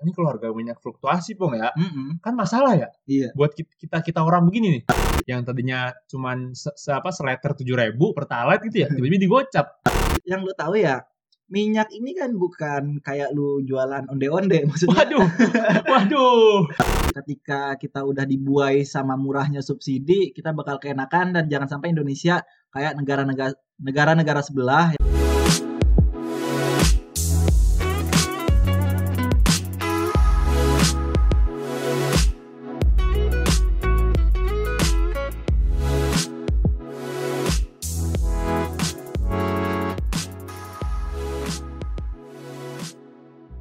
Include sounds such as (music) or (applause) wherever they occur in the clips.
ini keluarga banyak fluktuasi pong ya Mm-mm. kan masalah ya Iya. buat kit- kita kita orang begini nih yang tadinya cuman se, se- apa seletter tujuh ribu pertalite gitu ya tiba-tiba digocap Yang lu tahu ya, minyak ini kan bukan kayak lu jualan onde-onde (laughs) maksudnya. waduh waduh ketika kita udah dibuai sama murahnya subsidi, kita bakal keenakan dan jangan sampai Indonesia kayak negara-negara negara-negara sebelah.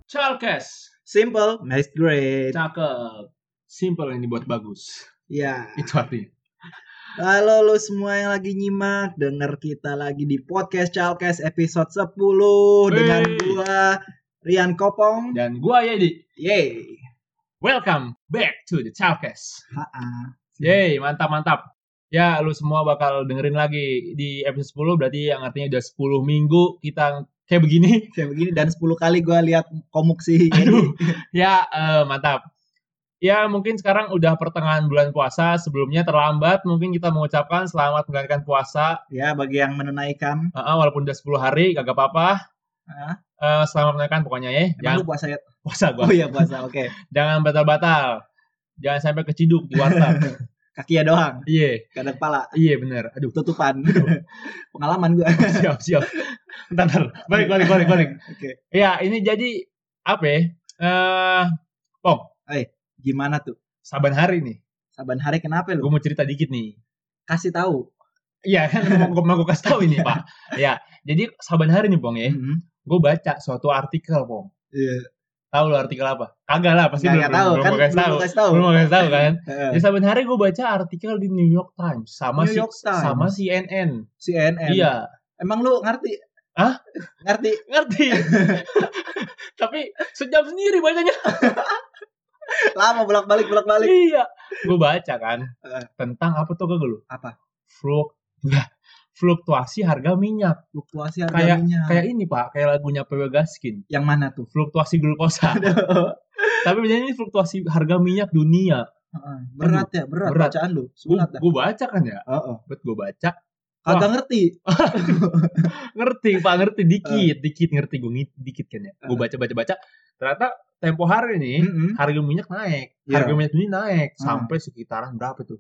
Chalkes Simple, nice great. cakep simple yang dibuat bagus Ya. itu artinya Halo lo semua yang lagi nyimak, denger kita lagi di podcast Chalkes episode 10 dengan Wey. gua Rian Kopong. dan gua Yedi Yeay. welcome back to the Chalkes Ha-ha. Yeay, mantap mantap. Ya, lu semua bakal dengerin lagi di episode 10 berarti yang artinya udah 10 minggu kita kayak begini. Kayak begini dan 10 kali gua lihat komuk sih. Aduh. Ya, eh, mantap. Ya, mungkin sekarang udah pertengahan bulan puasa, sebelumnya terlambat mungkin kita mengucapkan selamat menjalankan puasa Ya bagi yang menunaikan. Eh, eh, walaupun udah 10 hari kagak apa-apa. Hah? Eh, selamat menjalankan pokoknya ya. Emang Jangan lu puasa ya? (laughs) puasa gua. Oh iya puasa, oke. Jangan batal-batal. Jangan sampai keciduk di warteg. (laughs) Kaki ya doang, Iya, gak ada kepala. iya bener. Aduh, (laughs) tutupan pengalaman gue siap siap. Bentar, bentar. Balik balik balik balik. (laughs) oke Ya, ini jadi apa ya? Eh, gimana tuh saban hari nih. saban hari kenapa Gue lu mau cerita dikit nih. kasih tahu Iya (laughs) kan mau, mau gue kasih tahu ini, Pak. Ya, jadi saban hari nih, Pong ya. Mhm. Gue baca suatu artikel, Pong. Iya. Tahu lo artikel apa? Kagak lah, pasti belum, Nggak- ya? nggak tahu belum, kan belum, kasih tahu. belum kasih tahu Iya. Belum kasih tahu kan? Heeh. Jadi saban hari gue baca artikel di New York Times sama New si- York Times. sama CNN. CNN Iya, emang lu ngerti Hah? ngerti (laughs) ngerti. Tapi sejam sendiri bacanya. lama bolak balik bolak balik Iya. Gue baca kan Heeh. tentang apa tuh kagak lu? Apa? Fluk fluktuasi harga minyak. fluktuasi Kayak- harganya Kayak ini Pak, kayak lagunya PW Gaskin. yang mana (laughs) tuh Fluktuasi glukosa. Tapi biasanya ini fluktuasi harga minyak dunia. Heeh. berat ya berat, Berat. bacaan lu Gue sulat dah baca kan ya, Heeh. buat gue baca. kagak ngerti Ngerti Pak, ngerti dikit, dikit ngerti gue dikit kan ya. Gue baca baca baca. Ternyata tempo hari nih Mhm. harga minyak naik, Iya. Eh? harga minyak dunia naik Hmm. sampai sekitaran berapa tuh?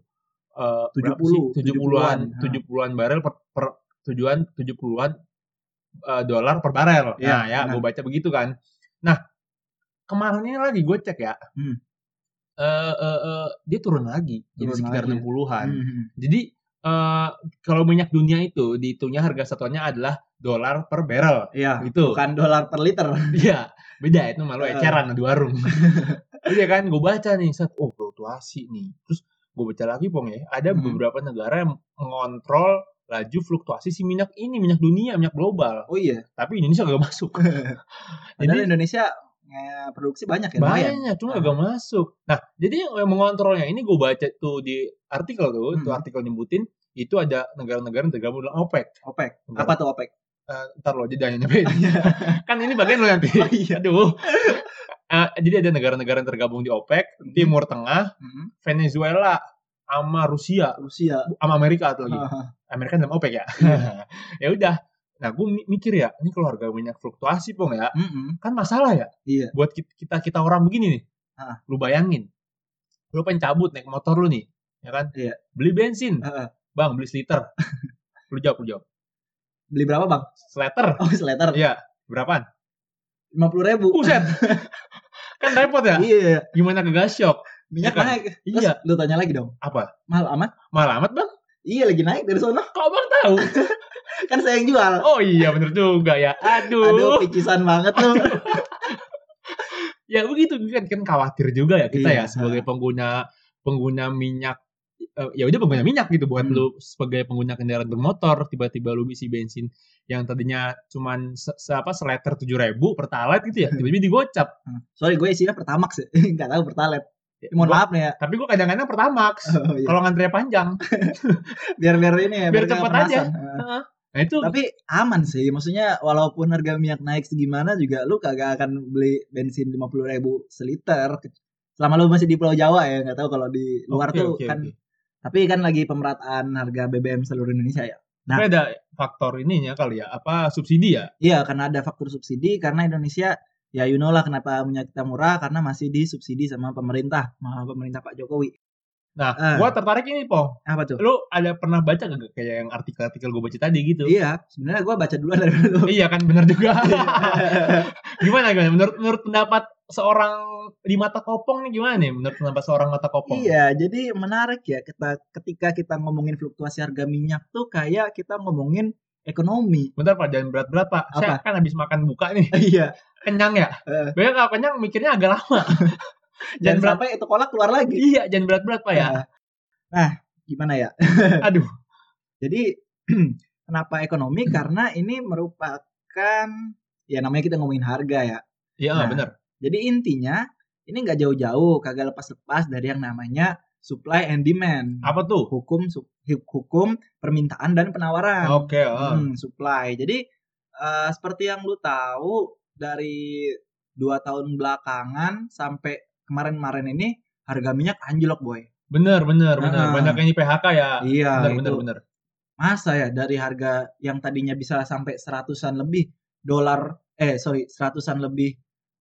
Eh, 70, 70-an, 70-an. 70-an barel per, per tujuan 70-an eh, dolar per barel. Iya, nah, ya benar. gue baca begitu kan. Nah, kemarin ini lagi gue cek ya. Hmm. Eh, eh, eh, dia turun lagi jadi Turun sekitar lagi ya. 60-an. Mhm. Jadi eh, kalau minyak dunia itu dihitungnya harga satuannya adalah dolar per barel iya gitu. bukan dolar per liter Iya, beda itu malu Heeh. eceran di (laughs) warung. Iya kan, gue baca nih, set, oh fluktuasi nih. Terus gue baca lagi pong ya, ada Hmm. beberapa negara yang mengontrol laju fluktuasi si minyak ini, minyak dunia, minyak global. oh iya Tapi Indonesia gak masuk. (laughs) padahal jadi Indonesia eh, produksi banyak ya lumayan banyak, cuma gak masuk. Nah, jadi yang mengontrolnya ini gue baca tuh di artikel tuh, Hmm. tuh artikel nyebutin itu ada negara-negara yang tergabung dalam OPEC. OPEC Negara- apa tuh OPEC Eh, ntar lo jadi yang (laughs) nyampein. Iya. kan ini bagian lo nanti. Oh, Aduh. Eh, jadi ada negara-negara yang tergabung di OPEC, Hmm. Timur Tengah, Mhm. Venezuela, sama Rusia, Rusia sama Amerika atau lagi. Heeh. Amerika dalam OPEC ya. Iya. (laughs) ya udah. Nah, gue mikir ya, ini kalau harga minyak fluktuasi pong ya, Mm-mm. kan masalah ya. Iya. Buat kit- kita kita orang begini nih. Ah. Lu bayangin. Lu pengen cabut naik motor lu nih, ya kan? Iya. Beli bensin. Heeh. Bang, beli (laughs) seliter. lu jawab, lu jawab. Beli berapa bang? (laughs) Seliter. Oh seletter Iya, berapaan? lima puluh ribu. Buset. kan repot ya. Iya. Gimana ke gas shock? Minyak Iya kan? naik. Terus Iya. lu tanya lagi dong. Apa? Mahal amat? Mahal amat, Bang. Iya lagi naik dari sono. (laughs) Kok Abang tahu? Kan saya yang jual. Oh iya, bener juga ya. Aduh, picisan banget lu. (laughs) ya begitu kan kan khawatir juga ya kita ya Iya, sebagai pengguna pengguna minyak eh, ya udah pengguna minyak gitu buat Hmm. lu sebagai pengguna kendaraan bermotor tiba-tiba lu isi bensin yang tadinya cuman se, se- apa seliter tujuh ribu pertalite gitu Hmm. ya tiba-tiba digocap Sorry, gue isinya pertamax ya. (laughs) Enggak tahu pertalet. Mohon Gua- maaf nih ya. (laughs) tapi gua kadang-kadang pertamax Oh, iya. kalau ngantre panjang Biar biar ini ya. biar nggak cepet aja. kepanasan. Heeh. Heeh. Nah itu Tapi aman sih, maksudnya walaupun harga minyak naik segimana juga lu kagak akan beli bensin 50.000 ribu seliter. Selama lu masih di Pulau Jawa ya, nggak tahu kalau di luar Oke, tuh oke, kan. oke. Tapi kan lagi pemerataan harga BBM seluruh Indonesia ya. Nah. Tapi ada faktor ininya kali ya, apa subsidi ya? Iya, karena ada faktor subsidi karena Indonesia ya you know lah kenapa minyak kita murah karena masih disubsidi sama pemerintah, sama pemerintah Pak Jokowi. Nah, Ah. gua tertarik ini, Po. Apa tuh? Lu ada pernah baca gak kayak yang artikel-artikel gue baca tadi gitu? Iya, sebenarnya gua baca duluan dari lu. (laughs) iya kan, bener (laughs) juga. gimana gimana? Menurut menurut pendapat seorang di mata kopong nih gimana nih? Menurut pendapat seorang mata kopong? Iya, jadi menarik ya kita ketika kita ngomongin fluktuasi harga minyak tuh kayak kita ngomongin ekonomi. (laughs) Bentar Pak, jangan berat-berat Pak. Saya kan habis makan buka nih. Iya. Kenyang ya? Eh. Banyak kalau kenyang mikirnya agak lama. (laughs) jangan Dan berat. sampai itu kolak keluar lagi. Iya, jangan berat-berat Pak ya. Nah, gimana ya? (clears throat) Aduh. Jadi (clears throat) kenapa ekonomi? Hmm. Karena ini merupakan ya namanya kita ngomongin harga ya. Iya, Nah. bener. Jadi intinya ini nggak jauh-jauh, kagak lepas-lepas dari yang namanya supply and demand. Apa tuh? Hukum su- hukum permintaan dan penawaran. Oke, ah. Hmm, supply. Jadi eh, seperti yang lu tahu dari dua tahun belakangan sampai kemarin-kemarin ini harga minyak anjlok boy. bener, bener, bener. Ah. Banyak yang di PHK ya. Iya bener, itu bener, bener. masa ya dari harga yang tadinya bisa sampai seratusan lebih dolar eh sorry seratusan lebih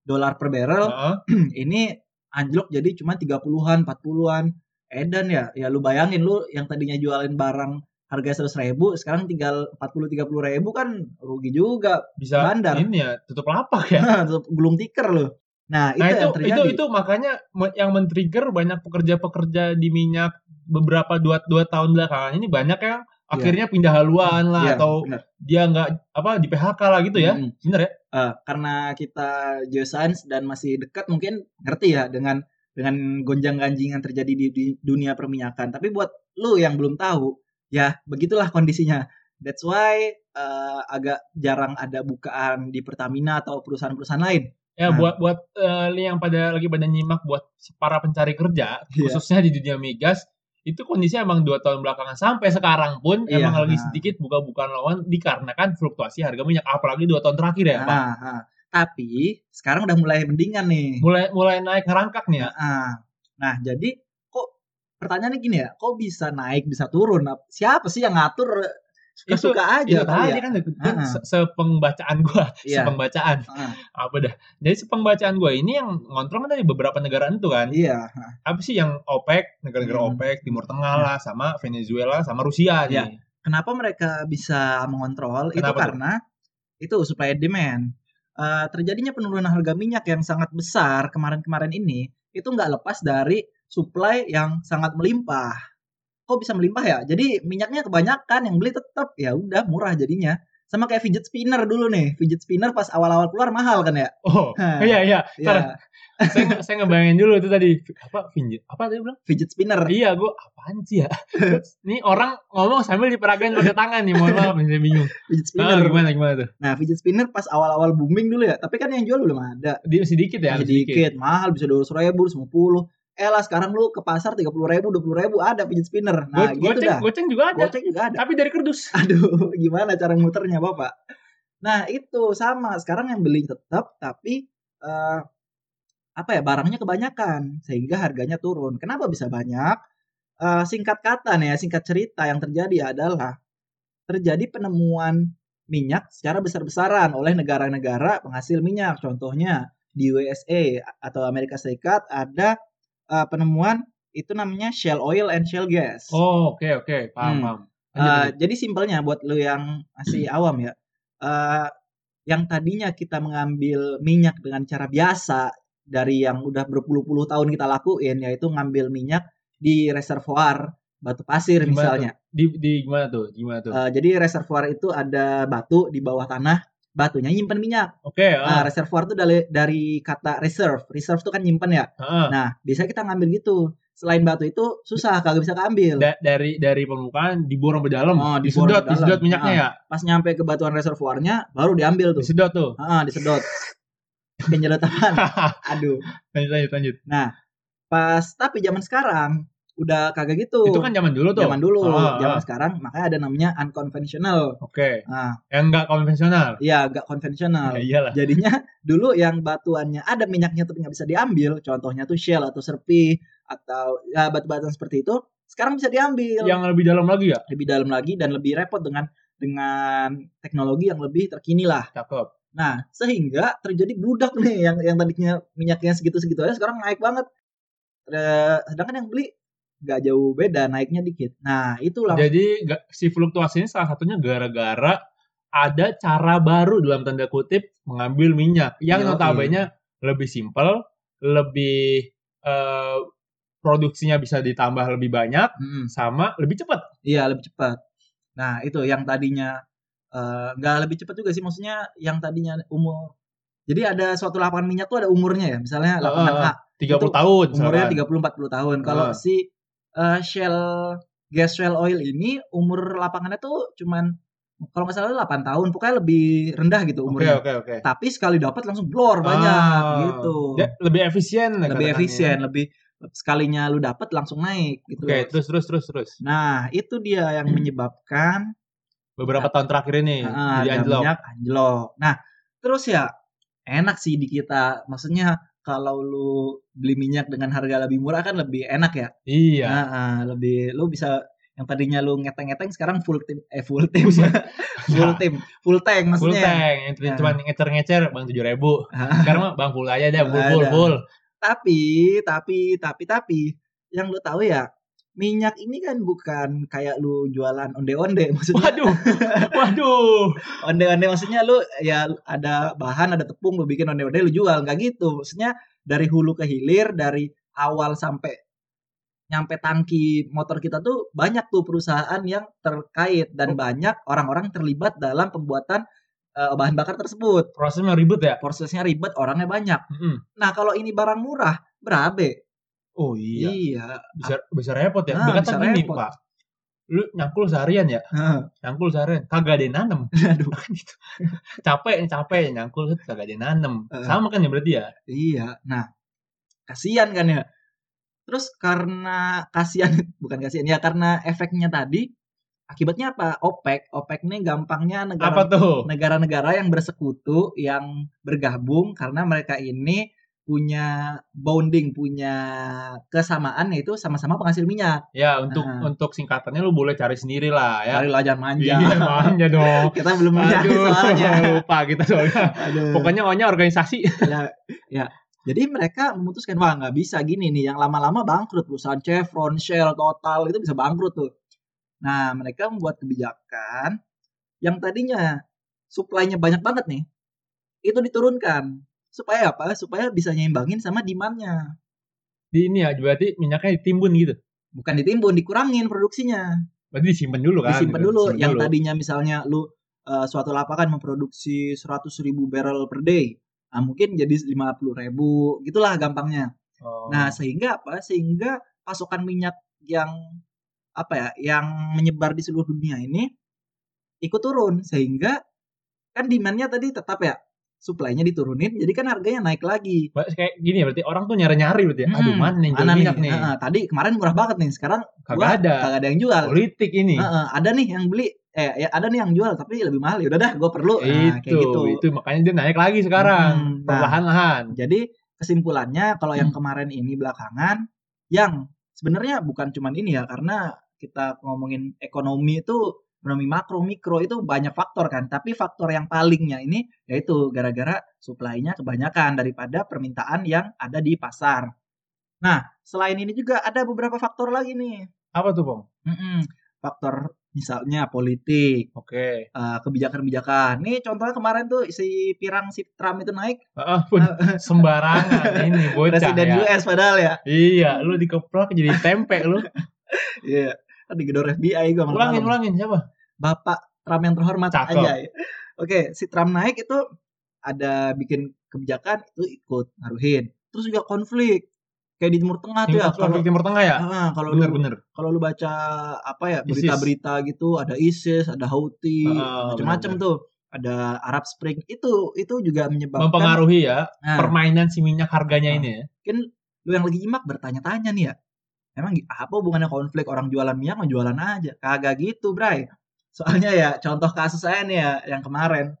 dolar per barrel Ah. ini anjlok jadi cuma 30-an 40-an edan ya ya lu bayangin lu yang tadinya jualin barang harga 100 ribu sekarang tinggal 40 30 ribu kan rugi juga bisa Bandar. ini ya tutup lapak (laughs) ya. Tetep gulung tiker loh nah, Nah itu, itu yang itu, terjadi itu makanya me- yang men-trigger banyak pekerja-pekerja di minyak beberapa dua dua tahun belakangan ini banyak yang akhirnya pindah haluan lah Iya, atau bener. dia nggak apa di PHK lah gitu ya. Mm. Bener ya? Eh, karena kita geoscience dan masih dekat mungkin ngerti ya dengan dengan gonjang ganjing yang terjadi di, di dunia perminyakan. Tapi buat lu yang belum tahu, ya begitulah kondisinya. That's why eh, agak jarang ada bukaan di Pertamina atau perusahaan-perusahaan lain. Ya Nah. buat buat eh, li- yang pada lagi pada nyimak buat para pencari kerja Iya. khususnya di dunia migas itu kondisinya emang dua tahun belakangan sampai sekarang pun Iya, emang lagi nah. sedikit buka-bukaan lawan dikarenakan fluktuasi harga minyak apalagi dua tahun terakhir ya Pak. Ah, ah. Tapi sekarang udah mulai mendingan nih. Mulai mulai naik ngerangkak nih ya. Ah. Nah, jadi kok pertanyaannya gini ya, kok bisa naik bisa turun? Siapa sih yang ngatur eh, suka-suka itu aja kali tadi ya? kan, kan Ah. se- sepengbacaan gua Iya. sepengbacaan Ah, apa dah jadi sepengbacaan gua ini yang ngontrol kan dari beberapa negara itu kan iya. apa sih yang OPEC negara-negara Hmm. OPEC Timur Tengah lah sama Venezuela sama Rusia Iya. nih kenapa mereka bisa mengontrol itu Kenapa tuh? karena itu supply and demand Eh, terjadinya penurunan harga minyak yang sangat besar kemarin-kemarin ini itu nggak lepas dari supply yang sangat melimpah kok bisa melimpah ya jadi minyaknya kebanyakan yang beli tetap ya udah murah jadinya sama kayak fidget spinner dulu nih fidget spinner pas awal-awal keluar mahal kan ya oh Hah. iya iya Ntar, ya saya nge- saya ngebayangin dulu itu tadi apa pinjam apa tadi bilang fidget spinner iya gua apaan sih ya nih orang ngomong sambil diperagain pakai tangan nih mohon maaf saya bingung fidget Ah, spinner gimana gimana tuh nah fidget spinner pas awal-awal booming dulu ya tapi kan yang jual belum ada Di- sedikit ya sedikit Iya, sedikit mahal bisa dua ratus ribu lima puluh eh lah sekarang lu ke pasar tiga puluh ribu dua puluh ribu ada pijit spinner nah Go- gitu goceng dah goceng juga ada goceng juga ada tapi dari kerdus (laughs) aduh gimana cara muternya bapak nah itu sama sekarang yang beli tetap tapi eh, apa ya barangnya kebanyakan sehingga harganya turun kenapa bisa banyak Eh, singkat kata nih ya singkat cerita yang terjadi adalah terjadi penemuan minyak secara besar-besaran oleh negara-negara penghasil minyak contohnya di USA atau Amerika Serikat ada eh, penemuan itu namanya shale oil and shale gas oh oke oke paham Hmm. paham Lanjut, Eh, Hmm. lanjut. jadi simpelnya buat lu yang masih awam ya, eh, yang tadinya kita mengambil minyak dengan cara biasa dari yang udah berpuluh-puluh tahun kita lakuin, yaitu ngambil minyak di reservoir batu pasir Gimana misalnya. di, di gimana tuh gimana tuh Eh, jadi reservoir itu ada batu di bawah tanah, batunya nyimpen minyak. oke Nah, ah, reservoir itu dari, dari kata reserve, reserve itu kan nyimpen ya. ah. Nah, biasanya kita ngambil gitu. Selain batu itu susah, kagak bisa keambil. Da- dari dari permukaan diborong ke dalam, Oh, diborong disedot, ke dalam. Ah. disedot minyaknya ya, Pas nyampe ke batuan reservoirnya, baru diambil tuh. disedot tuh. Ah, disedot. (laughs) Penyedotan. Aduh. lanjut lanjut lanjut. Pas tapi zaman sekarang udah kagak gitu. Itu kan zaman dulu tuh. zaman dulu, Ah, zaman ah. sekarang makanya ada namanya unconventional. Oke. Nah, Yang nggak konvensional. ya agak konvensional. Ya iyalah. Jadinya dulu yang batuannya ada minyaknya tapi nggak bisa diambil, contohnya tuh shell atau serpi atau ya, batu-batuan seperti itu, sekarang bisa diambil Yang lebih dalam lagi ya? lebih dalam lagi dan lebih repot dengan dengan teknologi yang lebih terkini lah. Cakep. Nah, sehingga terjadi bludak nih yang yang tadinya minyaknya segitu-segitu aja sekarang naik banget. Eh, Sedangkan yang beli nggak jauh beda, naiknya dikit. Nah, itu langsung Jadi ga- si fluktuasi ini salah satunya gara-gara ada cara baru dalam tanda kutip mengambil minyak yang Yoi. notabene lebih simpel, lebih eh, produksinya bisa ditambah lebih banyak, Mm, sama lebih cepat. iya lebih cepat. Nah, itu yang tadinya eh, nggak lebih cepat juga sih maksudnya yang tadinya umur. Jadi ada suatu lapangan minyak tuh ada umurnya ya, misalnya Ah, lapangan ah, A 30 Itu tahun. umurnya misalkan. 30 40 tahun. Kalau Ah. si eh, Shell gas Shell oil ini umur lapangannya tuh cuman kalau nggak salah 8 tahun, pokoknya lebih rendah Oke, gitu umurnya. oke, oke. Tapi sekali dapat langsung blor banyak Ah, gitu. ya, lebih efisien lah lebih katakannya. efisien, lebih sekalinya lu dapat langsung naik Oke, gitu. terus terus terus terus. Nah, itu dia yang menyebabkan Beberapa tahun terakhir ini Ya. ah, jadi harga anjlok. minyak anjlok. Nah, terus ya enak sih di kita. Maksudnya kalau lu beli minyak dengan harga lebih murah kan lebih enak ya. Iya. Nah, ah, lebih lu bisa yang tadinya lu ngeteng-ngeteng sekarang full tim eh full tim (laughs) full tim full tank Iya. full maksudnya. tank, itu Nah. cuma ngecer-ngecer bang 7000 (laughs) ribu. Ah. Sekarang mah bang full aja deh, full Full full aja. full. Tapi tapi tapi tapi yang lu tahu ya minyak ini kan bukan kayak lu jualan onde-onde (laughs) maksudnya Waduh, waduh. onde-onde maksudnya lu ya ada bahan ada tepung lu bikin onde-onde lu jual nggak gitu maksudnya dari hulu ke hilir dari awal sampai nyampe tangki motor kita tuh banyak tuh perusahaan yang terkait Oh. dan banyak orang-orang terlibat dalam pembuatan eh, bahan bakar tersebut Prosesnya ribet ya? prosesnya ribet orangnya banyak Mm-mm. nah kalau ini barang murah berabe Oh iya, bisa bisa repot ya. Ah, Berkata bisa gini repot. pak, lu nyangkul seharian ya, Heeh. nyangkul seharian, kagak ada yang nanem. (laughs) aduh Kan gitu. capek capek nyangkul kagak ada yang nanem. Heeh. Sama kan ya berarti ya? (laughs) Iya. Nah, kasihan kan ya. Terus karena kasihan (laughs) bukan kasihan ya karena efeknya tadi akibatnya apa? OPEC, OPEC ini gampangnya Apa negara tuh? negara-negara yang bersekutu yang bergabung karena mereka ini punya bonding, punya kesamaan yaitu sama-sama penghasil minyak. Ya untuk Ah. untuk singkatannya lu boleh cari sendiri lah ya. Cari lajan Iya, (laughs) manja. manja dong. (laughs) Kita belum mencari Aduh, soalnya. (laughs) lupa kita (laughs) soalnya. Aduh. Pokoknya ohnya organisasi. (laughs) ya, ya. Jadi mereka memutuskan wah nggak bisa gini nih, yang lama-lama bangkrut perusahaan Chevron, Shell, Total itu bisa bangkrut tuh. Nah mereka membuat kebijakan yang tadinya supply-nya banyak banget nih, itu diturunkan supaya apa? Supaya bisa nyimbangin sama demand-nya. Di ini ya, berarti minyaknya ditimbun gitu. Bukan ditimbun, dikurangin produksinya. Berarti disimpan dulu kan? disimpan gitu. dulu Disimpan yang tadinya misalnya lu eh, suatu lapangan memproduksi 100.000 ribu barrel per day nah, mungkin jadi 50.000 ribu gitulah gampangnya Oh. nah sehingga apa sehingga pasokan minyak yang apa ya yang menyebar di seluruh dunia ini ikut turun sehingga kan demand-nya tadi tetap ya supply-nya diturunin jadi kan harganya naik lagi Ba- kayak gini ya, berarti orang tuh nyari-nyari berarti ya. aduh Hmm, mana nih jual mana minyak nih Iya. Nah, tadi kemarin murah banget nih sekarang kagak gua ada kagak ada yang jual politik ini Heeh, ada nih yang beli eh ya ada nih yang jual tapi lebih mahal ya udah dah gue perlu nah, itu kayak gitu itu makanya dia naik lagi sekarang Hmm, nah. perlahan-lahan jadi kesimpulannya kalau yang kemarin ini belakangan yang sebenarnya bukan cuman ini ya karena kita ngomongin ekonomi itu ekonomi makro mikro itu banyak faktor kan tapi faktor yang palingnya ini yaitu gara-gara supply-nya kebanyakan daripada permintaan yang ada di pasar nah selain ini juga ada beberapa faktor lagi nih apa tuh bang Mm-mm. faktor misalnya politik oke eh, kebijakan-kebijakan. Nih contohnya kemarin tuh si pirang si Trump itu naik Heeh, pun (laughs) sembarangan ini bocah presiden ya US padahal ya. iya lu dikeplak jadi tempe (laughs) lu Iya. Kan digedor FBI gua ulangin malam-malam. ulangin siapa Bapak Trump yang terhormat Cakep. aja. iya. Oke, si Trump naik itu ada bikin kebijakan itu ikut ngaruhin. Terus juga konflik kayak di Timur Tengah tuh ya. Timur, Kalau konflik timur tengah ya Ah, kalau bener lu- bener kalau lu baca apa ya ISIS. berita-berita gitu ada ISIS, ada Houthi, Ah, macam-macam benar-benar. tuh. Ada Arab Spring itu itu juga menyebabkan mempengaruhi ya Nah, permainan si minyak harganya Ah. ini ya mungkin lu yang lagi nyimak bertanya-tanya nih ya Emang gi- apa hubungannya konflik orang jualan minyak mau jualan aja? Kagak gitu, Bray. Soalnya ya contoh kasus saya nih ya yang kemarin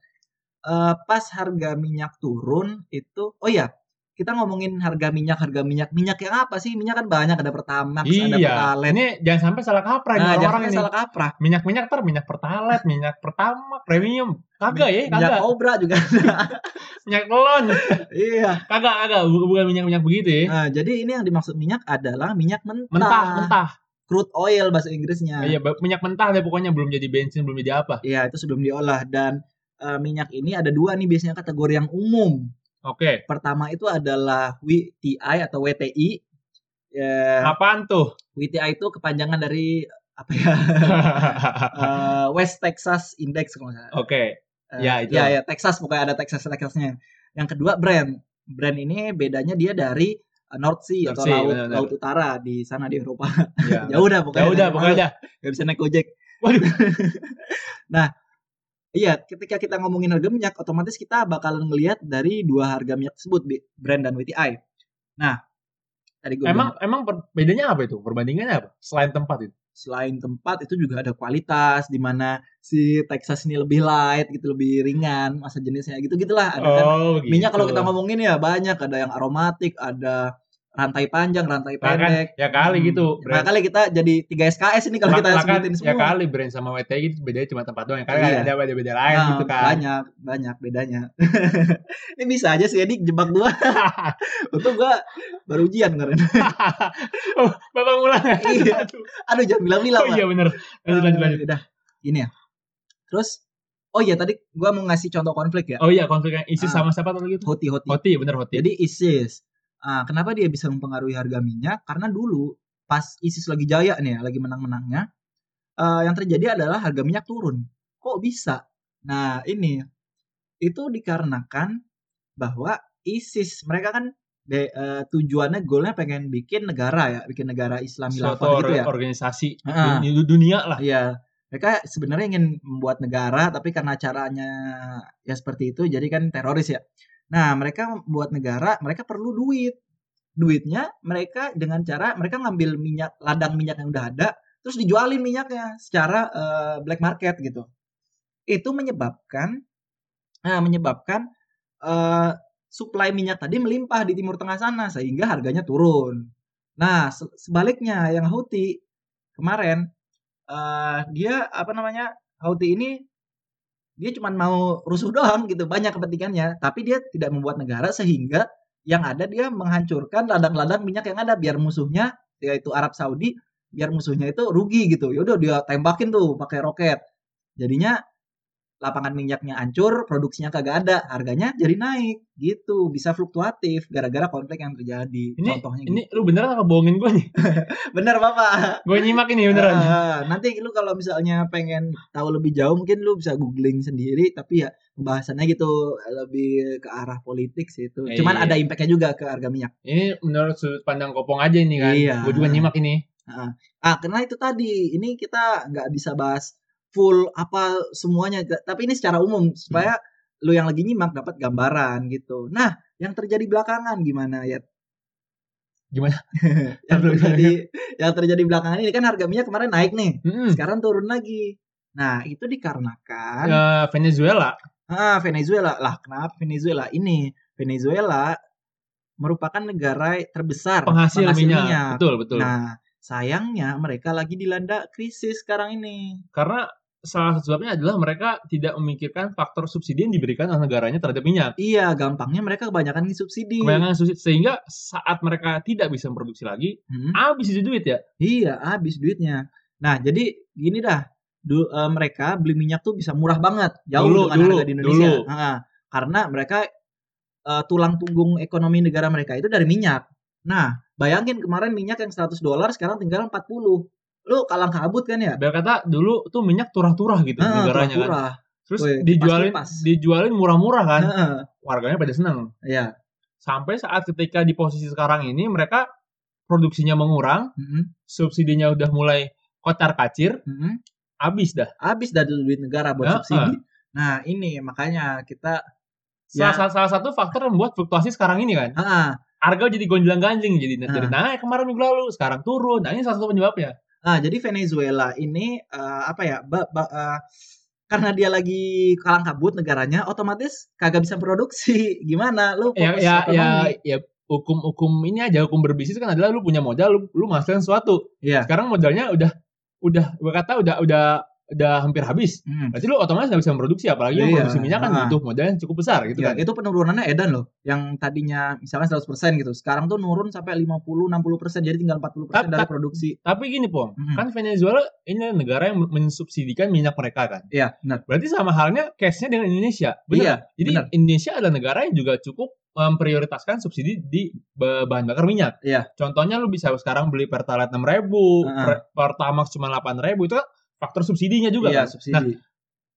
Eh, pas harga minyak turun itu oh iya kita ngomongin harga minyak harga minyak minyak yang apa sih minyak kan banyak ada pertamax ada iya. pertalite Ini jangan sampai salah kaprah nah nah, jangan orang sampai ini. salah kaprah Minyak-minyak ter minyak pertalite, minyak pertama, premium. Kagak ya, minyak kagak. kobra (laughs) juga Minyak telon. iya Kagak, kagak. Bu- Bukan minyak-minyak begitu ya. Nah, jadi ini yang dimaksud minyak adalah minyak mentah, Mentah, mentah. crude oil bahasa Inggrisnya Iya, ba- minyak mentah deh pokoknya belum jadi bensin, belum jadi apa. Iya, itu sebelum diolah dan eh, minyak ini ada dua nih biasanya kategori yang umum Oke. pertama itu adalah WTI atau WTI Ya, Apaan tuh? (laughs) WTI itu kepanjangan dari apa ya eh, West Texas Index kalau nggak salah. Oke. Eh, Ya, itu. Ya, ya, Texas pokoknya ada Texas Texasnya. Yang kedua brand. Brand ini bedanya dia dari eh, North North Sea atau Sea, laut benar-benar. laut utara di sana di Eropa. Ya. (laughs) Jauh dah pokoknya. Ya udah, dari pokoknya. Malu. Nggak bisa naik Gojek. Waduh. (laughs) nah, iya, ketika kita ngomongin harga minyak, otomatis kita bakalan ngelihat dari dua harga minyak tersebut, Bi- brand dan WTI. Nah, tadi gue Emang emang per- bedanya apa itu? Perbandingannya apa? Selain tempat itu. selain tempat itu juga ada kualitas di mana si Texas ini lebih light gitu lebih ringan masa jenisnya gitu gitulah ada kan gitu. minyak kalau kita ngomongin ya banyak ada yang aromatik ada rantai panjang rantai Lah kan, pendek ya kali Hmm. gitu. nah kali kita jadi 3 SKS ini kalau Lah- kita lah kan, sebutin ya semua kali brand sama WTI itu bedanya cuma tempat doang. Ya Kali Iya. ada beda-beda lain Nah, gitu kan. banyak banyak bedanya (laughs) ini bisa aja sih Edi jebak gua (laughs) untuk gua baru ujian (laughs) kemarin (laughs) oh, Bapak ngulang. Iya. (laughs) Aduh. aduh jangan bilang-bilang Oh iya bener. Lanjut, lanjut, lanjut. udah gini ya terus oh iya tadi gua mau ngasih contoh konflik ya Oh iya konflik yang ISIS Ah. sama siapa tadi gitu? Hoti Hoti. Hoti, bener Hoti. Jadi ISIS. Ah, kenapa dia bisa mempengaruhi harga minyak? Karena dulu pas ISIS lagi jaya nih, ya, lagi menang-menangnya, eh, yang terjadi adalah harga minyak turun. Kok bisa? Nah ini itu dikarenakan bahwa ISIS mereka kan de- eh, tujuannya goalnya pengen bikin negara ya, bikin negara Islam khilafah Suatu gitu ya. or- organisasi Ah. di, di dunia lah. Iya, mereka sebenarnya ingin membuat negara, tapi karena caranya ya seperti itu, jadi kan teroris ya. Nah, mereka membuat negara, mereka perlu duit. Duitnya mereka dengan cara mereka ngambil minyak ladang minyak yang udah ada, terus dijualin minyaknya secara eh, black market gitu. Itu menyebabkan eh, menyebabkan eh suplai minyak tadi melimpah di Timur Tengah sana sehingga harganya turun. Nah, se- sebaliknya yang Houthi kemarin eh dia apa namanya Houthi ini dia cuma mau rusuh doang gitu banyak kepentingannya tapi dia tidak membuat negara sehingga yang ada dia menghancurkan ladang-ladang minyak yang ada biar musuhnya yaitu Arab Saudi biar musuhnya itu rugi gitu yaudah dia tembakin tuh pakai roket jadinya lapangan minyaknya hancur produksinya kagak ada harganya jadi naik gitu bisa fluktuatif gara-gara konflik yang terjadi Ini- contohnya gitu Ini lu beneran apa bohongin gue nih? bener bapak Gue nyimak ini beneran. (laughs) Ah, nanti lu kalau misalnya pengen tahu lebih jauh mungkin lu bisa googling sendiri tapi ya pembahasannya gitu lebih ke arah politik sih itu. Iya, Cuman iya. ada impactnya juga ke harga minyak. Ini menurut sudut pandang kopong aja ini kan. Iya. Gue juga nyimak ini. Ah, karena itu tadi ini kita nggak bisa bahas full apa semuanya ta- tapi ini secara Hmm. umum supaya lu yang lagi nyimak dapat gambaran gitu. Nah, yang terjadi belakangan gimana ya? Gimana? (laughs) yang terjadi yang terjadi belakangan ini kan harga minyak kemarin naik nih. Mm-mm. Sekarang turun lagi. Nah, itu dikarenakan Eh, Venezuela. Ah, Venezuela. Lah, kenapa Venezuela? Ini Venezuela merupakan negara terbesar Penghasil, minyak. Betul, betul. Nah, sayangnya mereka lagi dilanda krisis sekarang ini. Karena salah satu sebabnya adalah mereka tidak memikirkan faktor subsidi yang diberikan oleh negaranya terhadap minyak. Iya, gampangnya mereka kebanyakan subsidi. Kebanyakan subsidi. Sehingga saat mereka tidak bisa memproduksi lagi, Hmm, habis itu duit ya. Iya, habis duitnya. Nah, jadi gini dah. Du- eh, mereka beli minyak tuh bisa murah banget, jauh Dulu, dengan dulu, harga di Indonesia. dulu. Ah, karena mereka eh, tulang punggung ekonomi negara mereka itu dari minyak. Nah, bayangin kemarin minyak yang 100 dolar sekarang tinggal 40. Lu kalang kabut kan ya? Biar kata dulu tuh minyak turah-turah gitu Ah, negaranya kan. turah-turah. Terus Weh, Nah. dijualin kipas-kipas. dijualin murah-murah kan. Heeh, Warganya pada senang. Iya. Sampai saat ketika di posisi sekarang ini mereka produksinya mengurang, Mm-mm, subsidinya udah mulai kocar-kacir, mm-mm. habis dah. Habis dari duit negara buat Ah, subsidi. Nah, ini makanya kita Ya. Salah, salah satu faktor yang membuat fluktuasi sekarang ini kan. Heeh. harga jadi gonjang-ganjing jadi Ah. dari naik kemarin minggu lalu sekarang turun nah ini salah satu penyebabnya Nah, jadi Venezuela ini eh, apa ya? ba- ba- eh, karena dia lagi kalang kabut negaranya, otomatis kagak bisa produksi. (laughs) Gimana? Lu ya fokus ya ya ekonomi. ya hukum-hukum ini aja hukum berbisnis kan adalah lu punya modal lu lu menghasilkan sesuatu Iya. sekarang modalnya udah udah gue kata udah udah udah hampir habis Hmm. berarti lu otomatis nggak bisa memproduksi apalagi yang Iya. produksi minyak kan Ah. butuh modal yang cukup besar gitu kan Ya, itu penurunannya edan loh. Yang tadinya misalnya 100% gitu. Sekarang tuh nurun sampai 50 60% jadi tinggal 40% Tap- tap. dari produksi. tapi gini pom Mhm. kan Venezuela ini adalah negara yang mensubsidikan minyak mereka kan Iya, benar. berarti sama halnya case-nya dengan Indonesia Bener Iya, Jadi Benar. Indonesia adalah negara yang juga cukup memprioritaskan subsidi di ba- bahan bakar minyak. Iya. Contohnya lu bisa sekarang beli Pertalite 6000, Heeh. per- Pertamax cuma 8000 itu kan faktor subsidinya juga kan. iya, Nah, subsidi.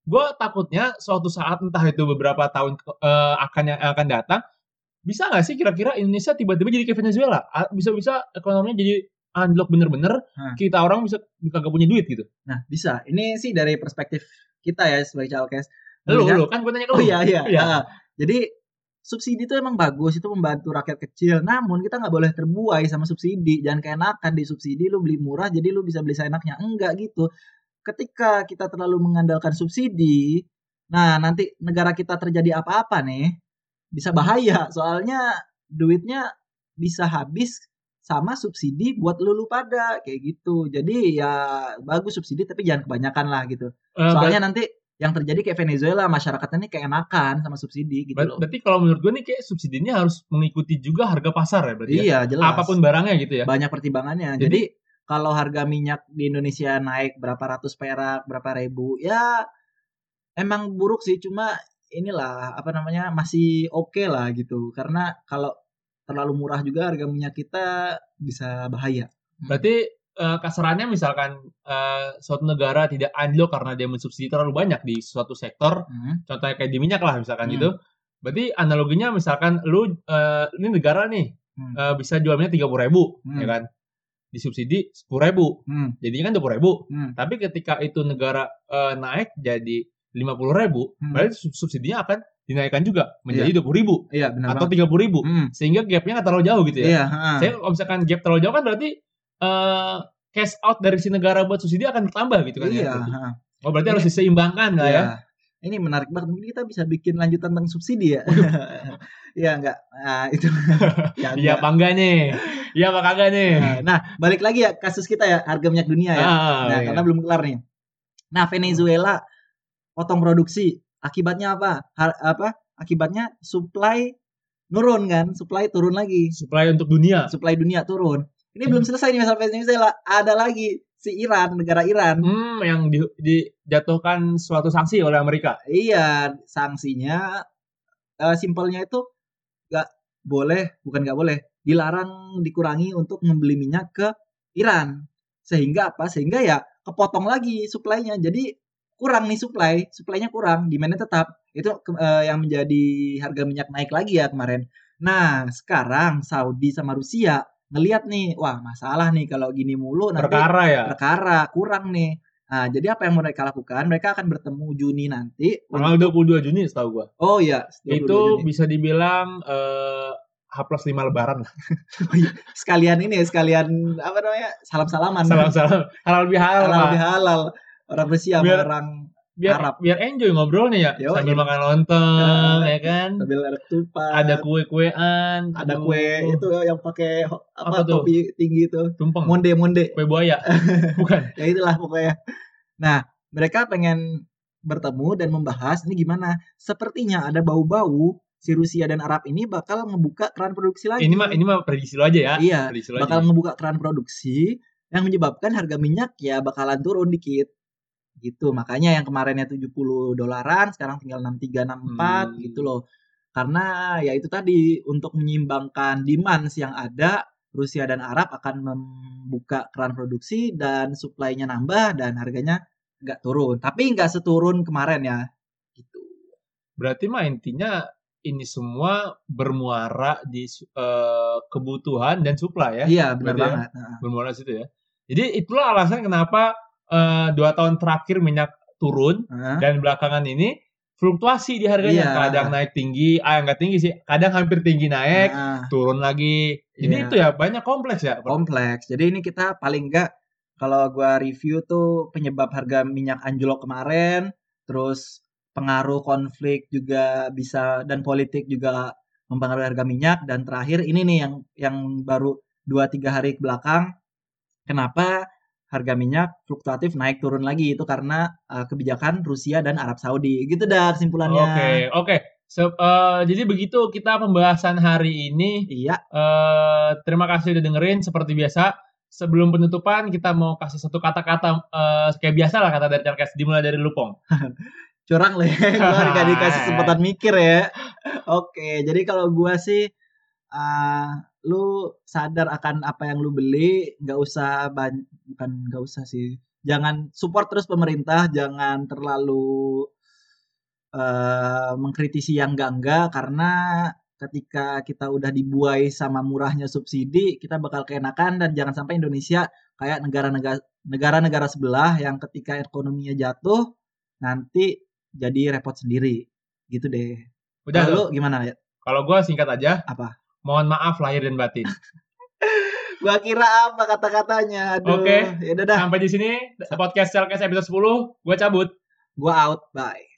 gue takutnya suatu saat entah itu beberapa tahun ke- eh, akan yang akan datang bisa nggak sih kira-kira Indonesia tiba-tiba jadi kayak Venezuela? A- Bisa-bisa ekonominya jadi unlock bener-bener, Hah. kita orang bisa kagak punya duit gitu. Nah, bisa. Ini sih dari perspektif kita ya sebagai calkes. Lu, Melihat- lu kan gue tanya ke lu. Oh iya iya. Iya. Ah, jadi subsidi itu emang bagus, itu membantu rakyat kecil. Namun kita nggak boleh terbuai sama subsidi. Jangan keenakan di subsidi lu beli murah jadi lu bisa beli seenaknya. Enggak gitu. Ketika kita terlalu mengandalkan subsidi, nah nanti negara kita terjadi apa-apa nih bisa bahaya. Soalnya duitnya bisa habis sama subsidi buat lulu pada kayak gitu. Jadi ya bagus subsidi tapi jangan kebanyakan lah gitu. Eh, Soalnya nanti yang terjadi kayak Venezuela masyarakatnya ini keenakan sama subsidi gitu Ber- loh. berarti kalau menurut gue nih kayak subsidinya harus mengikuti juga harga pasar ya berarti ya? Iya jelas. apapun barangnya gitu ya. banyak pertimbangannya. Jadi, Jadi- kalau harga minyak di Indonesia naik berapa ratus perak, berapa ribu, ya emang buruk sih. Cuma inilah apa namanya masih oke lah gitu. Karena kalau terlalu murah juga harga minyak kita bisa bahaya. Berarti eh, kasarannya misalkan eh, suatu negara tidak anjlok karena dia mensubsidi terlalu banyak di suatu sektor, Hmm. contohnya kayak di minyak lah misalkan Hmm. gitu. Berarti analoginya misalkan lu eh, ini negara nih Hmm. eh, bisa jual minyak 30.000 Hmm. ya kan. Disubsidi 10.000. Hmm. Jadinya kan 20.000. Hmm. Tapi ketika itu negara eh, naik jadi 50.000, Hmm. berarti sub- subsidinya akan dinaikkan juga menjadi 20.000 Iya benar atau banget. 30.000. Hmm. sehingga gapnya nggak terlalu jauh gitu ya. Iya. ha. Saya kalau misalkan gap terlalu jauh kan berarti eh cash out dari si negara buat subsidi akan bertambah gitu kan Iya. ya. berarti. ha. Oh berarti harus diseimbangkan lah ya. Iya. Ini menarik banget. Mungkin kita bisa bikin lanjutan tentang subsidi ya. (laughs) Iya enggak. Nah, (laughs) itu. Iya ya, enggak. apa enggak (laughs) nih? Iya apa kagak nih? Nah, balik lagi ya kasus kita ya harga minyak dunia ya. Ah, nah, iya. karena belum kelar nih. Nah, Venezuela potong produksi. Akibatnya apa? Har- apa? Akibatnya supply nurun kan? Supply turun lagi. supply untuk dunia. Supply dunia turun. Ini Hmm. belum selesai nih masalah Venezuela. Ada lagi si Iran, negara Iran. Hmm, yang di, dijatuhkan suatu sanksi oleh Amerika. Iya, sanksinya eh, simpelnya itu nggak boleh, bukan nggak boleh, dilarang dikurangi untuk membeli minyak ke Iran. Sehingga apa? Sehingga ya kepotong lagi suplainya. Jadi kurang nih supply, supply-nya kurang, demand-nya tetap. Itu ke- eh, yang menjadi harga minyak naik lagi ya kemarin. Nah, sekarang Saudi sama Rusia ngelihat nih, wah masalah nih kalau gini mulu nanti Perkara ya. nah, perkara kurang nih. Nah, jadi apa yang mereka lakukan? Mereka akan bertemu Juni nanti. Tanggal 22 Juni setahu gua. Oh iya, 22 Itu Juni. bisa dibilang eh H plus 5 lebaran lah. sekalian ini ya, sekalian apa namanya? Salam-salaman. Salam-salam. Halal bihalal. Halal Pak. bihalal. Orang Rusia sama Biar- orang biar Arab. biar enjoy ngobrolnya ya Yo, sambil iya. makan lontong ya kan sambil ada ketupat, ada kue-kuean Oh, ada aduh, kue itu yang pakai ho- Apa apa, tuh? topi tinggi itu. tumpeng Monde-monde. kue (laughs) buaya bukan Ya itulah pokoknya. Nah, mereka pengen bertemu dan membahas ini gimana. Sepertinya ada bau-bau si Rusia dan Arab ini bakal ngebuka keran produksi lagi. ini mah ini mah prediksi lo aja ya Iya, prediksi lo bakal aja ngebuka keran produksi yang menyebabkan harga minyak ya bakalan turun dikit gitu makanya yang kemarinnya 70 dolaran sekarang tinggal 63 64 Hmm. gitu loh karena ya itu tadi untuk menyimbangkan demand yang ada Rusia dan Arab akan membuka keran produksi dan suplainya nambah dan harganya nggak turun tapi nggak seturun kemarin ya gitu berarti mah intinya ini semua bermuara di su- eh, kebutuhan dan supply ya iya benar berarti ya. banget Nah, bermuara di situ ya jadi itulah alasan kenapa eh, dua tahun terakhir minyak turun nah. dan belakangan ini fluktuasi di harganya. Iya. Kadang naik tinggi, ah nggak tinggi sih. Kadang hampir tinggi naik, Nah, turun lagi. Jadi Iya. itu ya banyak kompleks ya. kompleks. Jadi ini kita paling enggak kalau gua review tuh penyebab harga minyak anjlok kemarin, terus pengaruh konflik juga bisa dan politik juga mempengaruhi harga minyak dan terakhir ini nih yang yang baru 2 3 hari ke belakang kenapa harga minyak fluktuatif naik turun lagi itu karena uh, kebijakan Rusia dan Arab Saudi. Gitu dah kesimpulannya. Oke, oke. So, eh, jadi begitu kita pembahasan hari ini. Iya, Eh, terima kasih udah dengerin seperti biasa. Sebelum penutupan kita mau kasih satu kata-kata eh, kayak biasa lah kata dari Charles dimulai dari Lupong. curang loh ya. (laughs) Gue gak dikasih kesempatan mikir ya. Oke, jadi kalau gua sih eh, lu sadar akan apa yang lu beli, nggak usah ban- bukan nggak usah sih. Jangan support terus pemerintah, jangan terlalu eh, mengkritisi yang enggak-enggak karena ketika kita udah dibuai sama murahnya subsidi, kita bakal keenakan dan jangan sampai Indonesia kayak negara-negara negara-negara sebelah yang ketika ekonominya jatuh nanti jadi repot sendiri gitu deh. Udah Kalau lu. lu gimana ya? Kalau gua singkat aja. Apa? Mohon maaf lahir dan (laughs) batin. Gua kira apa kata-katanya. Aduh. Oke. Ya udah dah. Sampai di sini podcast Charles episode 10. Gua cabut. Gua out. Bye.